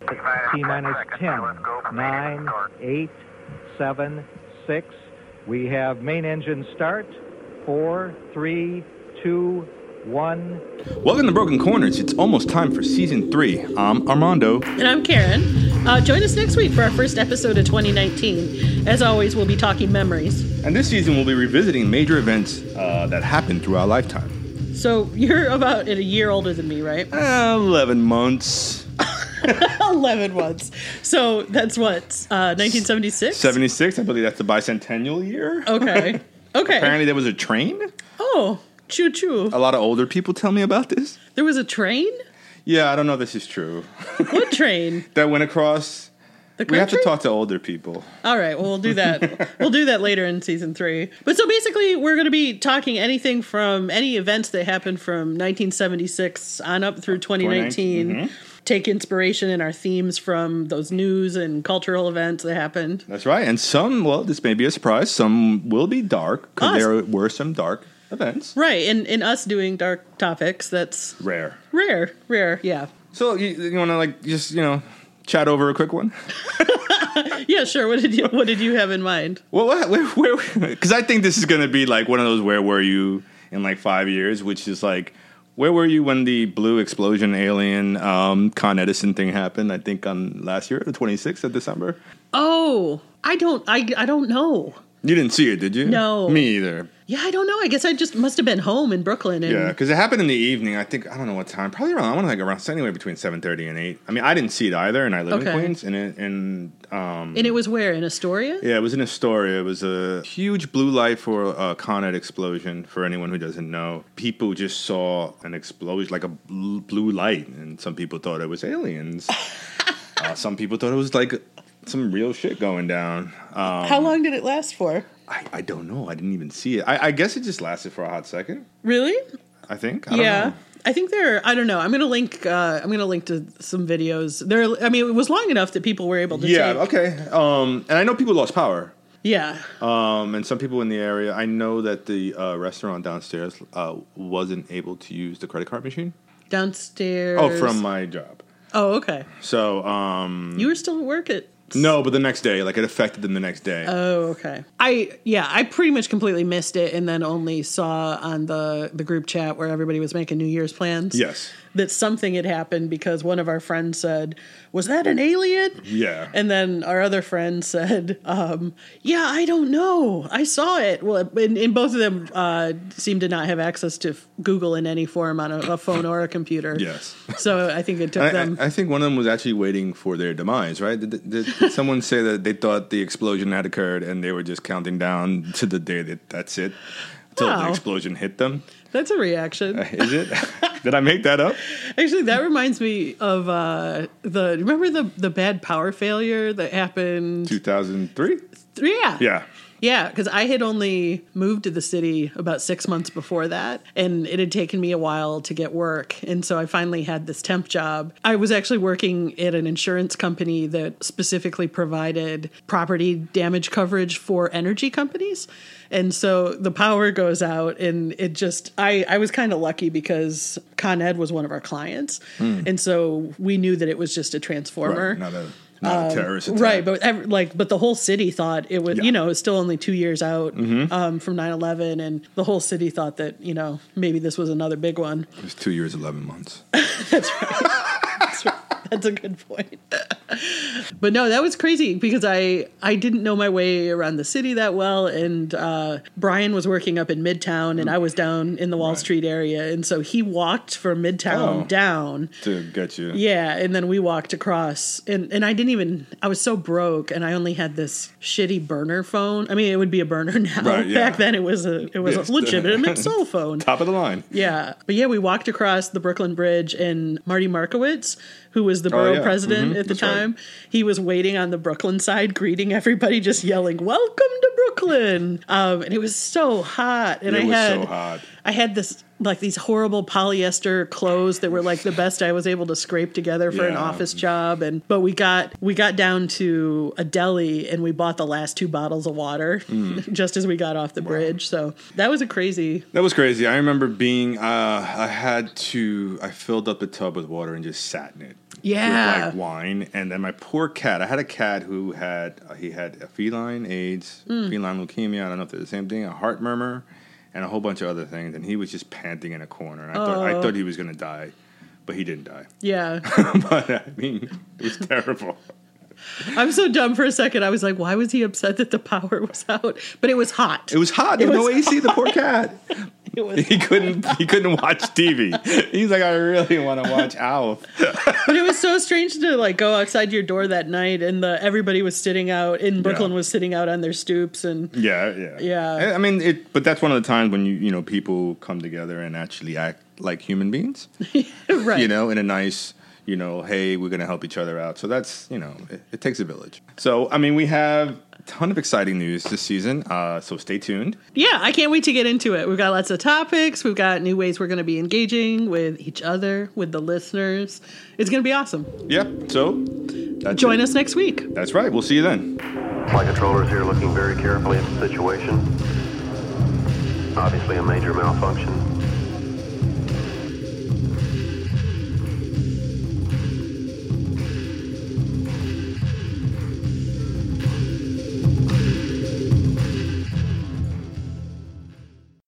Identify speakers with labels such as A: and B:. A: T minus 10, 9, 8, 7, 6. We have main engine start. 4, 3, 2, 1.
B: Welcome to Broken Corners. It's almost time for season three. I'm Armando.
C: And I'm Karen. Uh, join us next week for our first episode of 2019. As always, we'll be talking memories.
B: And this season, we'll be revisiting major events uh, that happened through our lifetime.
C: So you're about a year older than me, right?
B: Uh, 11 months.
C: 11 months. So that's what, uh, 1976?
B: 76, I believe that's the bicentennial year.
C: Okay. Okay.
B: Apparently, there was a train.
C: Oh, choo choo.
B: A lot of older people tell me about this.
C: There was a train?
B: Yeah, I don't know if this is true.
C: What train?
B: that went across.
C: The country?
B: We have to talk to older people.
C: All right, well, we'll do that. we'll do that later in season three. But so basically, we're going to be talking anything from any events that happened from 1976 on up through 2019. Take inspiration in our themes from those news and cultural events that happened.
B: That's right. And some, well, this may be a surprise, some will be dark because
C: Us.
B: there were some dark events.
C: Right, and in us doing dark topics, that's
B: Rare.
C: rare, rare, yeah.
B: So, you, you want to, like, just, you know, chat over a quick one?
C: Yeah, sure. What did you What did you have in mind?
B: Well, what- where, where, because I think this is going to be like one of those where were you in like five years, which is like, where were you when the blue explosion alien um, Con Edison thing happened? I think on last year, the 26th of December.
C: Oh, I don't. I I don't know.
B: You didn't see it, did you?
C: No.
B: Me either.
C: Yeah, I don't know. I guess I just must have been home in Brooklyn. And
B: Yeah, because it happened in the evening. I think I don't know what time. Probably around. I want to like around anywhere between seven thirty and eight. I mean, I didn't see it either, and I live
C: Okay.
B: in Queens, and it, and um,
C: and it was where in Astoria.
B: yeah, it was in Astoria. It was a huge blue light for a Con Ed explosion. For anyone who doesn't know, people just saw an explosion, like a bl- blue light, and some people thought it was aliens. uh, some people thought it was like some real shit going down. Um,
C: How long did it last for?
B: I, I don't know. I didn't even see it. I, I guess it just lasted for a hot second.
C: Really?
B: I think. I
C: yeah.
B: Don't know.
C: I think there. I don't know. I'm gonna link. Uh, I'm gonna link to some videos. There. I mean, it was long enough that people were able to.
B: Yeah.
C: take-
B: Okay. Um, and I know people lost power.
C: Yeah.
B: Um, and some people in the area. I know that the uh, restaurant downstairs uh, wasn't able to use the credit card machine.
C: Downstairs.
B: Oh, from my job.
C: Oh, okay.
B: So um,
C: You were still at work at.
B: no, but the next day, like it affected them the next day.
C: Oh, okay. I yeah, I pretty much completely missed it, and then only saw on the the group chat where everybody was making New Year's plans.
B: yes.
C: That something had happened because one of our friends said, "Was that an alien?"
B: Yeah.
C: And then our other friend said, um, "Yeah, I don't know. I saw it." Well, and, and both of them uh, seemed to not have access to f- Google in any form on a, a phone or a computer.
B: yes.
C: So I think it took
B: I, I,
C: them.
B: I think one of them was actually waiting for their demise, right? Did, did, did someone say that they thought the explosion had occurred and they were just counting down to the day that that's it until the
C: Wow.
B: explosion hit them?
C: That's a reaction.
B: Is it? did I make that up?
C: Actually, that reminds me of uh, the. Remember the the bad power failure that happened?
B: 2003?
C: Yeah.
B: Yeah.
C: Yeah, because I had only moved to the city about six months before that, and it had taken me a while to get work. And so I finally had this temp job. I was actually working at an insurance company that specifically provided property damage coverage for energy companies. And so the power goes out, and it just, I, I was kind of lucky because Con Ed was one of our clients. And so we knew that it was just a transformer.
B: Right, not a, not a terrorist attack.
C: Um, Right, but ev like, but the whole city thought it was,
B: Yeah. Mm-hmm.
C: you know, it was still only two years out um, from 9-11, and the whole city thought that, you know, maybe this was another big one.
B: it was two years, 11 months.
C: That's a good point. but no, that was crazy because I I didn't know my way around the city that well, and uh, Brian was working up in Midtown, and I was down in the Wall Street area, and so he walked from Midtown
B: Oh.
C: down.
B: to get you.
C: Yeah, and then we walked across, and and I didn't even. I was so broke, and I only had this shitty burner phone. I mean, it would be a burner now.
B: Right, yeah.
C: Back then, it was a it was
B: Yes.
C: a legitimate cell phone.
B: Top of the line.
C: Yeah, but yeah, we walked across the Brooklyn Bridge, and Marty Markowitz, who was the borough
B: yeah.
C: president
B: Mhm,
C: at the
B: that's right.
C: time, he was waiting on the Brooklyn side, greeting everybody, just yelling "Welcome to Brooklyn!" Um, and it was so hot, and
B: It
C: I
B: was
C: had
B: so hot.
C: I had this like these horrible polyester clothes that were like the best I was able to scrape together for an
B: Yeah.
C: office job and but we got we got down to a deli and we bought the last two bottles of water
B: Hmm.
C: just as we got off the bridge. So that was a crazy
B: That was crazy. I remember being, uh, I had to, I filled up the tub with water and just sat in it.
C: Yeah.
B: with like wine. And then my poor cat. I had a cat who had uh, he had a feline AIDS, feline leukemia. I don't know if they're the same thing. A heart murmur, and a whole bunch of other things. And he was just panting in a corner. And I thought I thought he was gonna die, but he didn't die.
C: Yeah.
B: but I mean, it was terrible.
C: I'm so dumb for a second. I was like, why was he upset that the power was out? But it was hot.
B: It was hot. There was no
C: was
B: AC. The poor cat.
C: It was-
B: He couldn't. He couldn't watch TV. He's like, I really want to watch Alf.
C: but it was so strange to like go outside your door that night and the everybody was sitting out in Brooklyn was sitting out on their stoops and
B: Yeah, yeah,
C: Yeah.
B: I- I mean, it. But that's one of the times when you you know people come together and actually act like human beings.
C: right.
B: You know, in a nice. You know, hey, we're gonna help each other out. So that's you know, it, it takes a village. So I mean, we have a ton of exciting news this season. Uh, so stay tuned.
C: Yeah, I can't wait to get into it. We've got lots of topics. We've got new ways we're going to be engaging with each other, with the listeners. It's going to be awesome.
B: Yep. So that's
C: Join
B: it.
C: us next week.
B: That's right. We'll see you then.
D: Flight controllers here looking very carefully at the situation. Obviously a major malfunction.